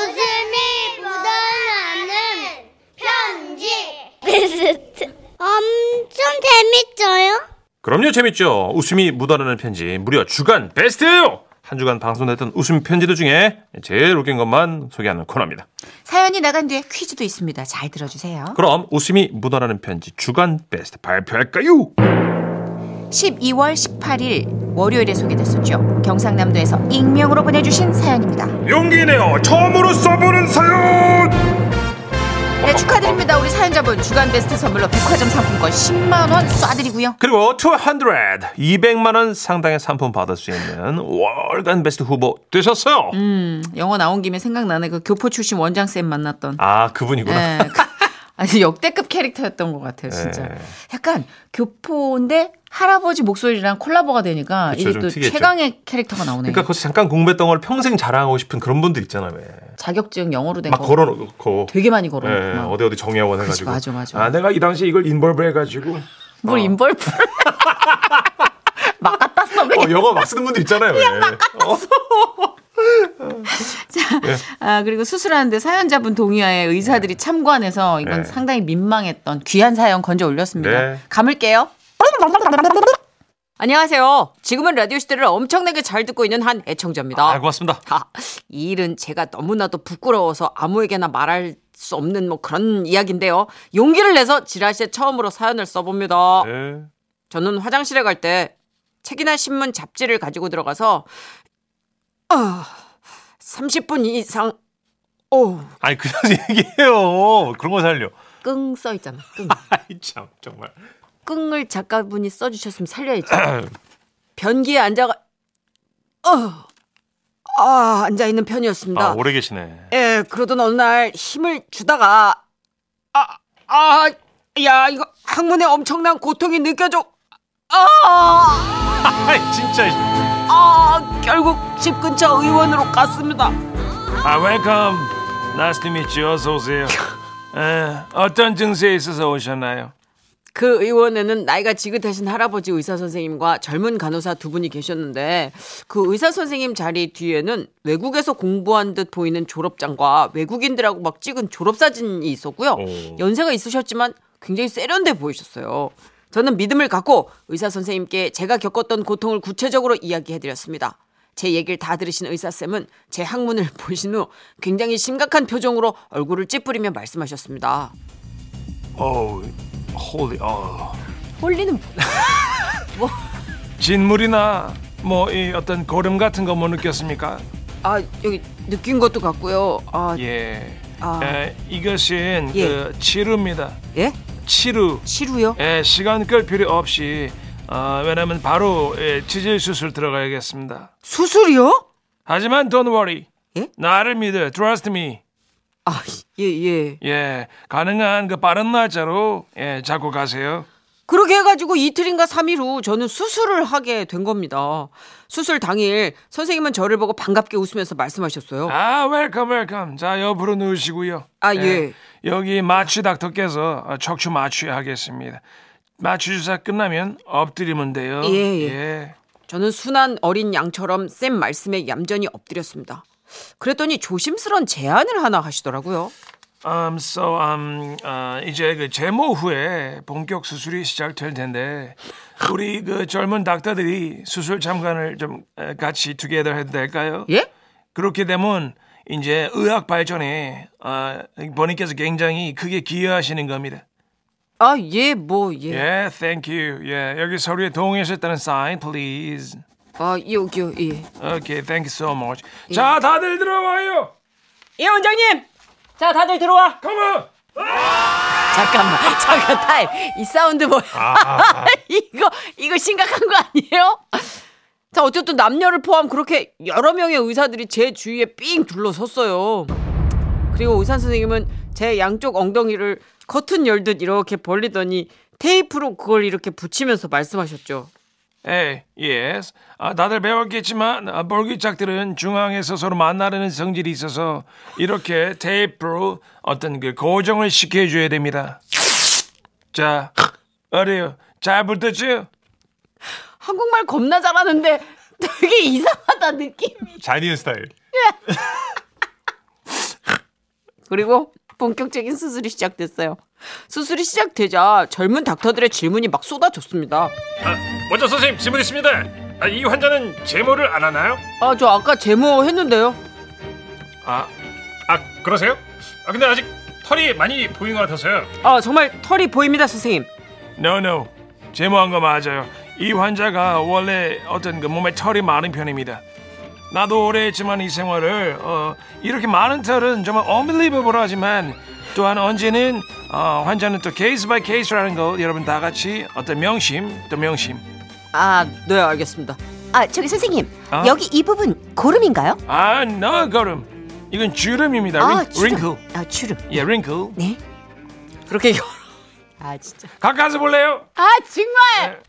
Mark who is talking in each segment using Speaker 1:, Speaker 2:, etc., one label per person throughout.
Speaker 1: 웃음이 묻어나는 편지. 엄청 재밌어요?
Speaker 2: 그럼요, 재밌죠. 웃음이 묻어나는 편지 무려 주간 베스트예요. 한 주간 방송됐던 웃음 편지들 중에 제일 웃긴 것만 소개하는 코너입니다.
Speaker 3: 사연이 나간 뒤에 퀴즈도 있습니다. 잘 들어주세요.
Speaker 2: 그럼 웃음이 묻어나는 편지 주간 베스트 발표할까요?
Speaker 3: 12월 18일 월요일에 소개됐었죠. 경상남도에서 익명으로 보내주신 사연입니다.
Speaker 2: 용기네요. 처음으로 써보는 사연.
Speaker 3: 네, 축하드립니다. 우리 사연자분 주간 베스트 선물로 백화점 상품권 10만 원 쏴드리고요.
Speaker 2: 그리고 200, 200만 원 상당의 상품 받을 수 있는 월간 베스트 후보 되셨어요.
Speaker 3: 음, 영어 나온 김에 생각나네. 그 교포 출신 원장 쌤 만났던.
Speaker 2: 아 그분이구나.
Speaker 3: 예, 그- 아주 역대급 캐릭터였던 것 같아요, 진짜.
Speaker 2: 예.
Speaker 3: 약간 교포인데 할아버지 목소리랑 콜라보가 되니까
Speaker 2: 그쵸,
Speaker 3: 이게
Speaker 2: 좀
Speaker 3: 또
Speaker 2: 특이했죠.
Speaker 3: 최강의 캐릭터가 나오네요.
Speaker 2: 그러니까 거기서 잠깐 공부했던 걸 평생 자랑하고 싶은 그런 분들 있잖아요. 왜.
Speaker 3: 자격증 영어로 네, 된
Speaker 2: 막
Speaker 3: 거.
Speaker 2: 걸어놓고.
Speaker 3: 네. 되게 많이 걸어.
Speaker 2: 예,
Speaker 3: 막.
Speaker 2: 어디 어디 정예원
Speaker 3: 그치,
Speaker 2: 해가지고.
Speaker 3: 맞아, 맞아.
Speaker 2: 아, 내가 이 당시에 이걸 인벌브 해가지고. 어,
Speaker 3: 뭘 인벌프. 막 갖다 써. 그냥.
Speaker 2: 어, 영어 막 쓰는 분들 있잖아요. 왜. 어,
Speaker 3: 아, 그리고 수술하는데 사연자분 동의하에 의사들이 참관해서 이건
Speaker 2: 네.
Speaker 3: 상당히 민망했던 귀한 사연 건져 올렸습니다.
Speaker 2: 네.
Speaker 3: 감을게요.
Speaker 4: 안녕하세요. 지금은 라디오 시대를 엄청나게 잘 듣고 있는 한 애청자입니다.
Speaker 2: 아, 고맙습니다.
Speaker 4: 아, 이 일은 제가 너무나도 부끄러워서 아무에게나 말할 수 없는 뭐 그런 이야기인데요. 용기를 내서 지라시에 처음으로 사연을 써봅니다.
Speaker 2: 예.
Speaker 4: 저는 화장실에 갈 때 책이나 신문 잡지를 가지고 들어가서 아, 30분 이상 어.
Speaker 2: 아니, 그냥 얘기해요. 그런 거 살려.
Speaker 4: 끙 써 있잖아. 끙.
Speaker 2: 아이, 참, 정말.
Speaker 4: 끙을 작가분이 써주셨으면 살려야지. 변기에 앉아가 어, 아 앉아 있는 편이었습니다.
Speaker 2: 아, 오래 계시네.
Speaker 4: 예, 그러던 어느 날 힘을 주다가 아, 아, 야, 이거 항문에 엄청난 고통이 느껴져. 아,
Speaker 2: 아이, 진짜.
Speaker 4: 아, 결국 집 근처 의원으로 갔습니다.
Speaker 2: 아, 웰컴. Nice to meet you. 어서 오세요. 에, 어떤 증세에 있어서 오셨나요?
Speaker 4: 그 의원에는 나이가 지긋하신 할아버지 의사 선생님과 젊은 간호사 두 분이 계셨는데 그 의사 선생님 자리 뒤에는 외국에서 공부한 듯 보이는 졸업장과 외국인들하고 막 찍은 졸업 사진이 있었고요.
Speaker 2: 오.
Speaker 4: 연세가 있으셨지만 굉장히 세련돼 보이셨어요. 저는 믿음을 갖고 의사 선생님께 제가 겪었던 고통을 구체적으로 이야기해드렸습니다. 제 얘기를 다 들으신 의사쌤은 제 학문을 보신 후 굉장히 심각한 표정으로 얼굴을 찌푸리며 말씀하셨습니다.
Speaker 2: 오, 홀리, 어.
Speaker 4: 홀리는
Speaker 2: 진물이나 뭐 이 어떤 고름 같은 거 뭐 느꼈습니까?
Speaker 4: 아 여기 느낀 것도 같고요. 아 예?
Speaker 2: 예.
Speaker 4: 아.
Speaker 2: 에, 이것은
Speaker 4: 예.
Speaker 2: 그 치료입니다. 치료.
Speaker 4: 치루요?
Speaker 2: 예, 시간 끌 필요 없이 어, 왜냐면 바로 예, 치질 수술 들어가야겠습니다.
Speaker 4: 수술이요?
Speaker 2: 하지만 don't worry.
Speaker 4: 예?
Speaker 2: 나를 믿어. Trust me.
Speaker 4: 아예 예.
Speaker 2: 예, 가능한 그 빠른 날짜로 예, 잡고 가세요.
Speaker 4: 그렇게 해가지고 이틀인가 삼일후 저는 수술을 하게 된 겁니다. 수술 당일 선생님은 저를 보고 반갑게 웃으면서 말씀하셨어요.
Speaker 2: 아, 웰컴 웰컴. 자, 옆으로 누우시고요.
Speaker 4: 아, 예.
Speaker 2: 여기 마취 닥터께서 어, 척추 마취 하겠습니다. 마취 주사 끝나면 엎드리면 돼요.
Speaker 4: 예, 예.
Speaker 2: 예.
Speaker 4: 저는 순한 어린 양처럼 쌤 말씀에 얌전히 엎드렸습니다. 그랬더니 조심스런 제안을 하나 하시더라고요.
Speaker 2: Um, so, um, 아, 이제 그 제모 후에 본격 수술이 시작될 텐데 우리 그 젊은 닥터들이 수술 참관을 좀 에, 같이 투게더 해도 될까요?
Speaker 4: 예?
Speaker 2: 그렇게 되면 이제 의학 발전에 아, 본인께서 굉장히 크게 기여하시는 겁니다.
Speaker 4: 아 예 뭐 예.
Speaker 2: 예, thank you. 예, 여기 서류에 동의하셨다는 sign, please.
Speaker 4: 아 여기요 예.
Speaker 2: Okay, thank you so much. 자, 다들 들어와요.
Speaker 4: 예 원장님. 자 다들 들어와.
Speaker 2: Come on.
Speaker 4: 잠깐만, 잠깐 타임. 이 사운드 뭐야? 이거 이거 심각한 거 아니에요? 자 어쨌든 남녀를 포함 그렇게 여러 명의 의사들이 제 주위에 삥 둘러섰어요. 그리고 의사 선생님은 제 양쪽 엉덩이를 커튼 열듯 이렇게 벌리더니 테이프로 그걸 이렇게 붙이면서 말씀하셨죠.
Speaker 2: Hey, yes. 아, 다들 배웠겠지만 아, 볼기짝들은 중앙에서 서로 만나려는 성질이 있어서 이렇게 테이프로 어떤 그 고정을 시켜줘야 됩니다. 자, 어려요. 잘 붙었죠?
Speaker 4: 한국말 겁나 잘하는데 되게 이상하다 느낌이.
Speaker 2: 자니언 스타일.
Speaker 4: 그리고 본격적인 수술이 시작됐어요. 수술이 시작되자 젊은 닥터들의 질문이 막 쏟아졌습니다.
Speaker 2: 아, 먼저 선생님 질문 있습니다. 아, 이 환자는 제모를 안 하나요?
Speaker 4: 아, 저 아까 제모 했는데요.
Speaker 2: 아, 아 그러세요? 아 근데 아직 털이 많이 보이는 것 같아서요.
Speaker 4: 아, 정말 털이 보입니다, 선생님.
Speaker 2: No, no. 제모한 거 맞아요. 이 환자가 원래 어떤 그 몸에 털이 많은 편입니다. 나도 오래 했지만 이 생활을 어, 이렇게 많은 털은 정말 unbelievable하지만 또한 언제는 어, 환자는 또 케이스 바이 케이스라는 거 여러분 다 같이 어떤 명심 또 명심
Speaker 4: 아, 네, 알겠습니다.
Speaker 5: 아 저기 선생님
Speaker 2: 아?
Speaker 5: 여기 이 부분 고름인가요?
Speaker 2: 아, no, 걸음 이건 주름입니다.
Speaker 5: 아
Speaker 2: 링-
Speaker 5: 주름.
Speaker 2: wrinkle.
Speaker 5: 아 주름.
Speaker 2: 예, wrinkle.
Speaker 5: 네.
Speaker 4: 그렇게 열어. 아, 진짜.
Speaker 2: 가까이서 볼래요?
Speaker 4: 아, 정말!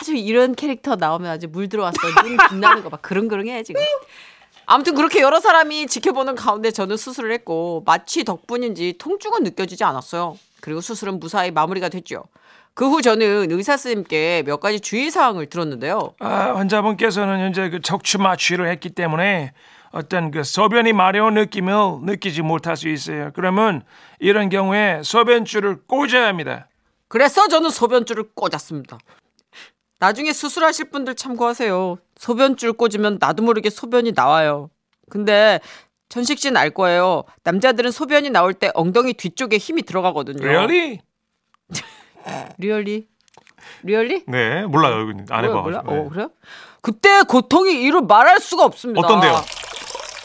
Speaker 4: 아주 이런 캐릭터 나오면 아주 물 들어왔어. 눈 빛나는 거 막 그릉그릉해, 지금. 아무튼 그렇게 여러 사람이 지켜보는 가운데 저는 수술을 했고 마취 덕분인지 통증은 느껴지지 않았어요. 그리고 수술은 무사히 마무리가 됐죠. 그 후 저는 의사 선생님께 몇 가지 주의 사항을 들었는데요.
Speaker 2: 아, 환자분께서는 현재 그 척추 마취를 했기 때문에 어떤 그 소변이 마려운 느낌을 느끼지 못할 수 있어요. 그러면 이런 경우에 소변줄을 꽂아야 합니다.
Speaker 4: 그래서 저는 소변줄을 꽂았습니다. 나중에 수술하실 분들 참고하세요. 소변줄 꽂으면 나도 모르게 소변이 나와요. 근데 전식 씨는 알 거예요. 남자들은 소변이 나올 때 엉덩이 뒤쪽에 힘이 들어가거든요.
Speaker 2: Really?
Speaker 4: 리얼리? 리얼리?
Speaker 2: 네, 몰라요. 안 네.
Speaker 4: 몰라, 몰라? 어, 그래요? 그때 고통이 이루 말할 수가 없습니다.
Speaker 2: 어떤데요?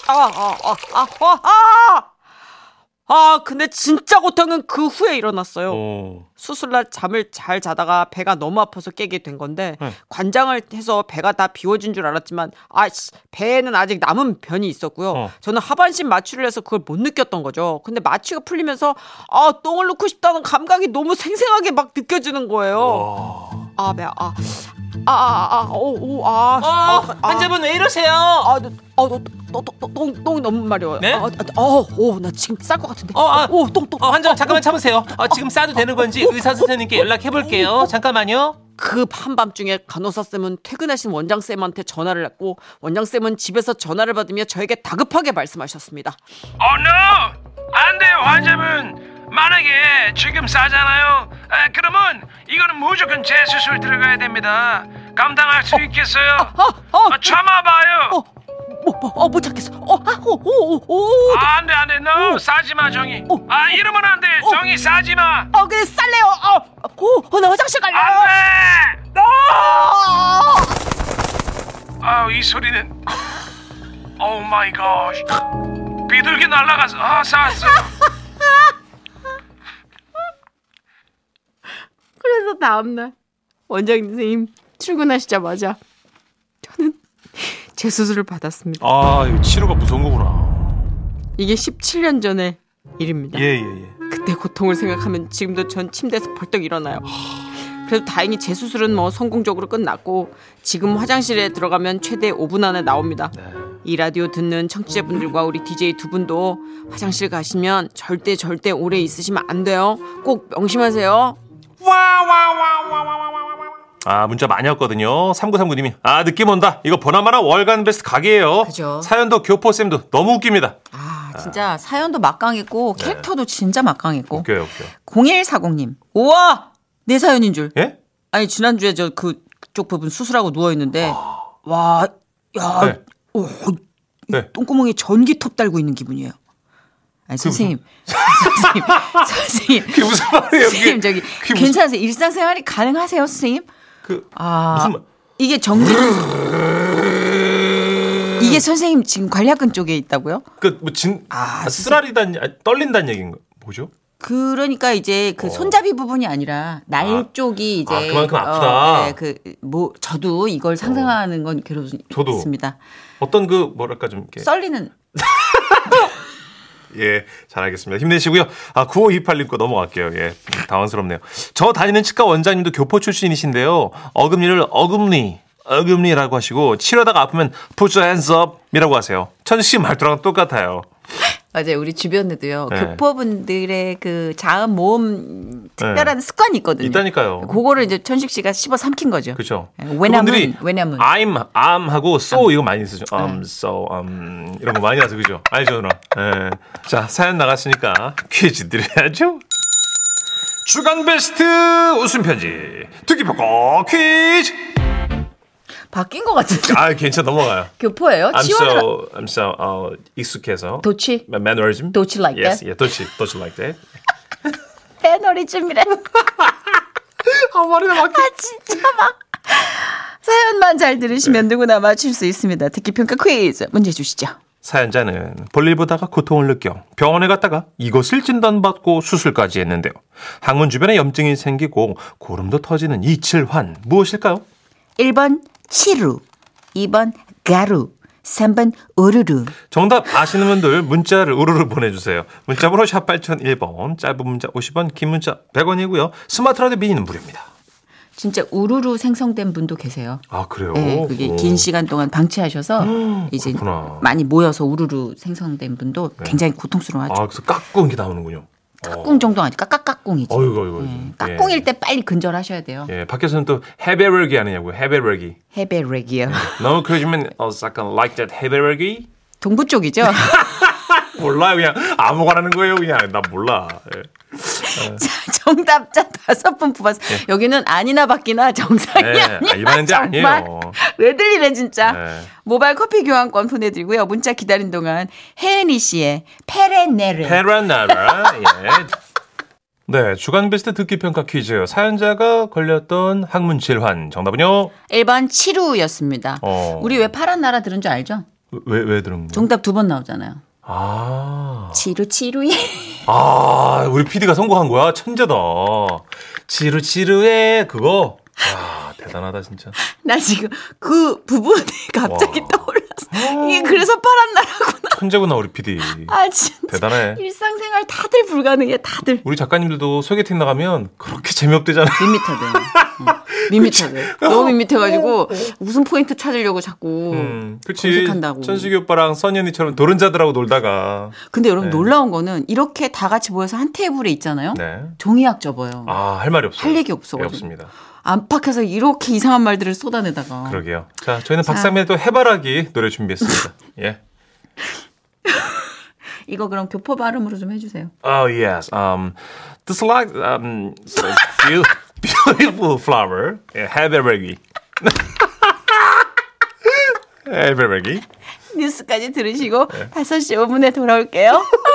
Speaker 4: 아, 아, 아, 아, 아, 아! 아, 근데 진짜 고통은 그 후에 일어났어요. 수술날 잠을 잘 자다가 배가 너무 아파서 깨게 된 건데
Speaker 2: 네.
Speaker 4: 관장을 해서 배가 다 비워진 줄 알았지만 아 씨, 배에는 아직 남은 변이 있었고요.
Speaker 2: 어.
Speaker 4: 저는 하반신 마취를 해서 그걸 못 느꼈던 거죠. 근데 마취가 풀리면서 아 똥을 놓고 싶다는 감각이 너무 생생하게 막 느껴지는 거예요. 아 배, 아. 어, 아아아오오아
Speaker 6: 어,
Speaker 4: 아, 네,
Speaker 6: 환자분 왜 이러세요?
Speaker 4: 아너너너똥똥 너무 마려워요.
Speaker 6: 네?
Speaker 4: 아오나 지금 쌀 것 같은데.
Speaker 6: 어, 아.
Speaker 4: 오똥똥
Speaker 6: 어, 환자 잠깐만 참으세요. 어, 지금 싸도 되는 건지 의사 선생님께 연락해 볼게요. 잠깐만요.
Speaker 4: 그 한밤중에 간호사쌤은 퇴근하신 원장쌤한테 전화를 했고 원장쌤은 집에서 전화를 받으며 저에게 다급하게 말씀하셨습니다.
Speaker 2: Oh no! 안 돼요, 환자분. 만약에 지금 싸잖아요. 아, 그러면 이거는 무조건 재수술 들어가야 됩니다. 감당할 수 있겠어요?
Speaker 4: 어, 어.
Speaker 2: 아, 참아봐요.
Speaker 4: 뭐, 뭐, 어, 못 찾겠어. 어, 아, 오, 오, 오, 오.
Speaker 2: 아, 안돼 안돼 no 싸지 마 정이 아 이러면 안돼 정이 싸지 마
Speaker 4: 어, 그래, 쌀래요. 어, 오, 어, 나 화장실 갈래.
Speaker 2: 안돼
Speaker 4: 아!
Speaker 2: 아이 소리는 오 마이 갓 비둘기 날아가서 아 싸웠어
Speaker 4: 그래서 다음날 원장님 출근하시자마자 저는 제 수술을 받았습니다.
Speaker 2: 아 치료가 무서운 거구나
Speaker 4: 이게 17년 전의 일입니다.
Speaker 2: 예예예
Speaker 4: 그때 고통을 생각하면 지금도 전 침대에서 벌떡 일어나요. 그래도 다행히 제 수술은 뭐 성공적으로 끝났고 지금 화장실에 들어가면 최대 5분 안에 나옵니다. 이 라디오 듣는 청취자분들과 우리 DJ 두 분도 화장실 가시면 절대 절대 오래 있으시면 안 돼요. 꼭 명심하세요.
Speaker 6: 아, 문자 많이 왔거든요. 3939님이. 아, 느낌 온다. 이거 보나마나 월간 베스트 각이에요.
Speaker 3: 그죠.
Speaker 6: 사연도 교포쌤도 너무 웃깁니다.
Speaker 3: 아, 진짜 사연도 막강했고 캐릭터도 진짜 막강했고.
Speaker 6: 웃겨요, 웃겨요.
Speaker 3: 0140님. 우와! 내 사연인 줄.
Speaker 6: 예?
Speaker 4: 아니 지난주에 저 그- 그쪽 부분 수술하고 누워 있는데 와,
Speaker 3: 아,
Speaker 4: 야,
Speaker 6: 네.
Speaker 3: 오,
Speaker 6: 네.
Speaker 3: 똥구멍에 전기톱 달고 있는 기분이에요. 아니 선생님. 선생님. 선생님.
Speaker 6: 그게 무슨 말이에요?
Speaker 3: 선생님 저기
Speaker 6: 그게 무슨-
Speaker 3: 괜찮으세요? 일상생활이 가능하세요, 선생님?
Speaker 6: 그,
Speaker 3: 아,
Speaker 6: 무슨 말-
Speaker 3: 이게 전기 이게 선생님 지금 관략근 쪽에 있다고요?
Speaker 6: 그, 뭐, 진,
Speaker 3: 아,
Speaker 6: 아, 쓰라리단, 아, 떨린다는 얘기인가? 뭐죠?
Speaker 3: 그러니까 이제 그 손잡이 부분이 아니라 날
Speaker 6: 어. 아.
Speaker 3: 쪽이 이제
Speaker 6: 아, 그만큼 아프다.
Speaker 3: 네, 그뭐 저도 이걸 상상하는 건
Speaker 6: 저도.
Speaker 3: 괴롭습니다.
Speaker 6: 어떤 그, 뭐랄까, 좀 이렇게.
Speaker 3: 썰리는
Speaker 6: 예, 잘 알겠습니다. 힘내시고요. 아, 9528님 거 넘어갈게요. 예, 당황스럽네요. 저 다니는 치과 원장님도 교포 출신이신데요. 어금니를 어금니, 어금니라고 하시고 치료하다가 아프면 put your hands up이라고 하세요. 천식 씨 말투랑 똑같아요.
Speaker 3: 맞아요. 우리 주변에도요.
Speaker 6: 네.
Speaker 3: 교포분들의 그 자음 모음 특별한 습관이 있거든요.
Speaker 6: 네. 있다니까요.
Speaker 3: 그거를 이제 천식 씨가 씹어 삼킨 거죠.
Speaker 6: 그렇죠.
Speaker 3: 예, 왜냐면
Speaker 6: 그분들이 아.
Speaker 3: 왜냐면 음. 네.
Speaker 6: I'm I'm 하고 so 이거 많이 쓰죠. I'm so um 이런 거 많이 하죠, 그죠? 알죠, 누나. 예. 자 사연 나갔으니까 퀴즈 드려야죠. 주간 베스트 웃음 편지 듣기 보고 퀴즈.
Speaker 3: 바뀐 것 같은데.
Speaker 6: 아 괜찮 넘어가요.
Speaker 3: 교포예요?
Speaker 6: I'm
Speaker 3: 치원을
Speaker 6: so I'm so 어, 익숙해서.
Speaker 3: 도치
Speaker 6: My mannerism.
Speaker 3: 도치 like
Speaker 6: yes,
Speaker 3: that?
Speaker 6: yeah, 도치, 도치 like that.
Speaker 3: 패널이즘이래.
Speaker 6: 아 말이나 막혀.
Speaker 3: 사연만 잘
Speaker 6: 네.
Speaker 3: 들으시면 누구나 맞출 수 있습니다. 듣기 평가 퀴즈 문제 주시죠.
Speaker 6: 사연자는 볼일 보다가 고통을 느껴 병원에 갔다가 이것을 진단받고 수술까지 했는데요. 항문 주변에 염증이 생기고 고름도 터지는 이칠환 무엇일까요?
Speaker 7: 1번 치루, 2번 가루, 3번 우르르.
Speaker 6: 정답 아시는 분들 문자를 우르르 보내주세요. 문자번호 샵 8001번 짧은 문자 50원 긴 문자 100원이고요. 스마트 라디오 미니는 무료입니다.
Speaker 3: 진짜 우르르 생성된 분도 계세요.
Speaker 6: 아 그래요?
Speaker 3: 네, 그게 긴 시간 동안 방치하셔서 이제
Speaker 6: 그렇구나. 네.
Speaker 3: 많이 모여서 우르르 생성된 분도 굉장히 고통스러워하죠.
Speaker 6: 아 그래서 깎고 이게 나오는군요.
Speaker 3: 깍꿍 정도 아니죠. 깍깍깍꿍이죠.
Speaker 6: 어이구 어이구. 어이구.
Speaker 3: 네,
Speaker 6: 예.
Speaker 3: 깍꿍일 때 빨리 근절하셔야 돼요.
Speaker 6: 예, 밖에서는 또 해베르기 아니냐고요. 해베르기.
Speaker 3: 헤베레기요.
Speaker 6: 너무 그러시면 어 약간 like that 해베르기.
Speaker 3: 동부 쪽이죠.
Speaker 6: 네. 몰라요 그냥 아무거나는 거예요 그냥 나 몰라 예.
Speaker 3: 정답자 다섯 분 뽑아서 여기는 아니나 바뀌나 정상이
Speaker 6: 예,
Speaker 3: 아니야.
Speaker 6: 일반인들 아니에요.
Speaker 3: 정말. 왜 들리래 진짜.
Speaker 6: 예.
Speaker 3: 모바일 커피 교환권 보내드리고요. 문자 기다린 동안 혜은이 씨의 페레네르.
Speaker 6: 페라나라 예. 네 주간 베스트 듣기 평가 퀴즈 사연자가 걸렸던 항문 질환 정답은요
Speaker 3: 1번 치루였습니다.
Speaker 6: 어.
Speaker 3: 우리 왜 파란 나라 들은 줄 알죠?
Speaker 6: 왜 왜 들은 거예요
Speaker 3: 정답 두 번 나오잖아요.
Speaker 6: 아,
Speaker 3: 치루 치루예.
Speaker 6: 아 우리 PD가 선곡한 거야 천재다 지루 지루해 그거 와 대단하다 진짜
Speaker 3: 나 지금 그 부분이 갑자기
Speaker 6: 와.
Speaker 3: 떠올랐어. 이게 그래서 파란 나라구나.
Speaker 6: 천재구나 우리 PD
Speaker 3: 아 진짜.
Speaker 6: 대단해
Speaker 3: 일상생활 다들 불가능해 다들.
Speaker 6: 우리 작가님들도 소개팅 나가면 그렇게 재미없대잖아
Speaker 3: 밋밋하대요. 응. 밋밋하대. 너무 밋밋해가지고 웃음 포인트 찾으려고 자꾸
Speaker 6: 어. 음, 그치.
Speaker 3: 검색한다고.
Speaker 6: 천식이 오빠랑 써니 언니처럼 노른자들하고 놀다가.
Speaker 3: 근데 여러분
Speaker 6: 네.
Speaker 3: 놀라운 거는 이렇게 다 같이 모여서 한 테이블에 있잖아요.
Speaker 6: 네.
Speaker 3: 종이학 접어요.
Speaker 6: 아, 할 말이 없어요.
Speaker 3: 할 얘기 없어가지고.
Speaker 6: 네, 없습니다.
Speaker 3: 안팎에서 이렇게 이상한 말들을 쏟아내다가
Speaker 6: 그러게요. 자, 저희는 박상민의 또 해바라기 노래 준비했습니다. 예.
Speaker 3: 이거 그럼 교포 발음으로 좀 해주세요.
Speaker 6: Oh, yes. Um, this like, um, so beau- beautiful flower. Yeah, 해바라기. 해바라기. 네.
Speaker 3: 뉴스까지 들으시고 5시 5분에 돌아올게요.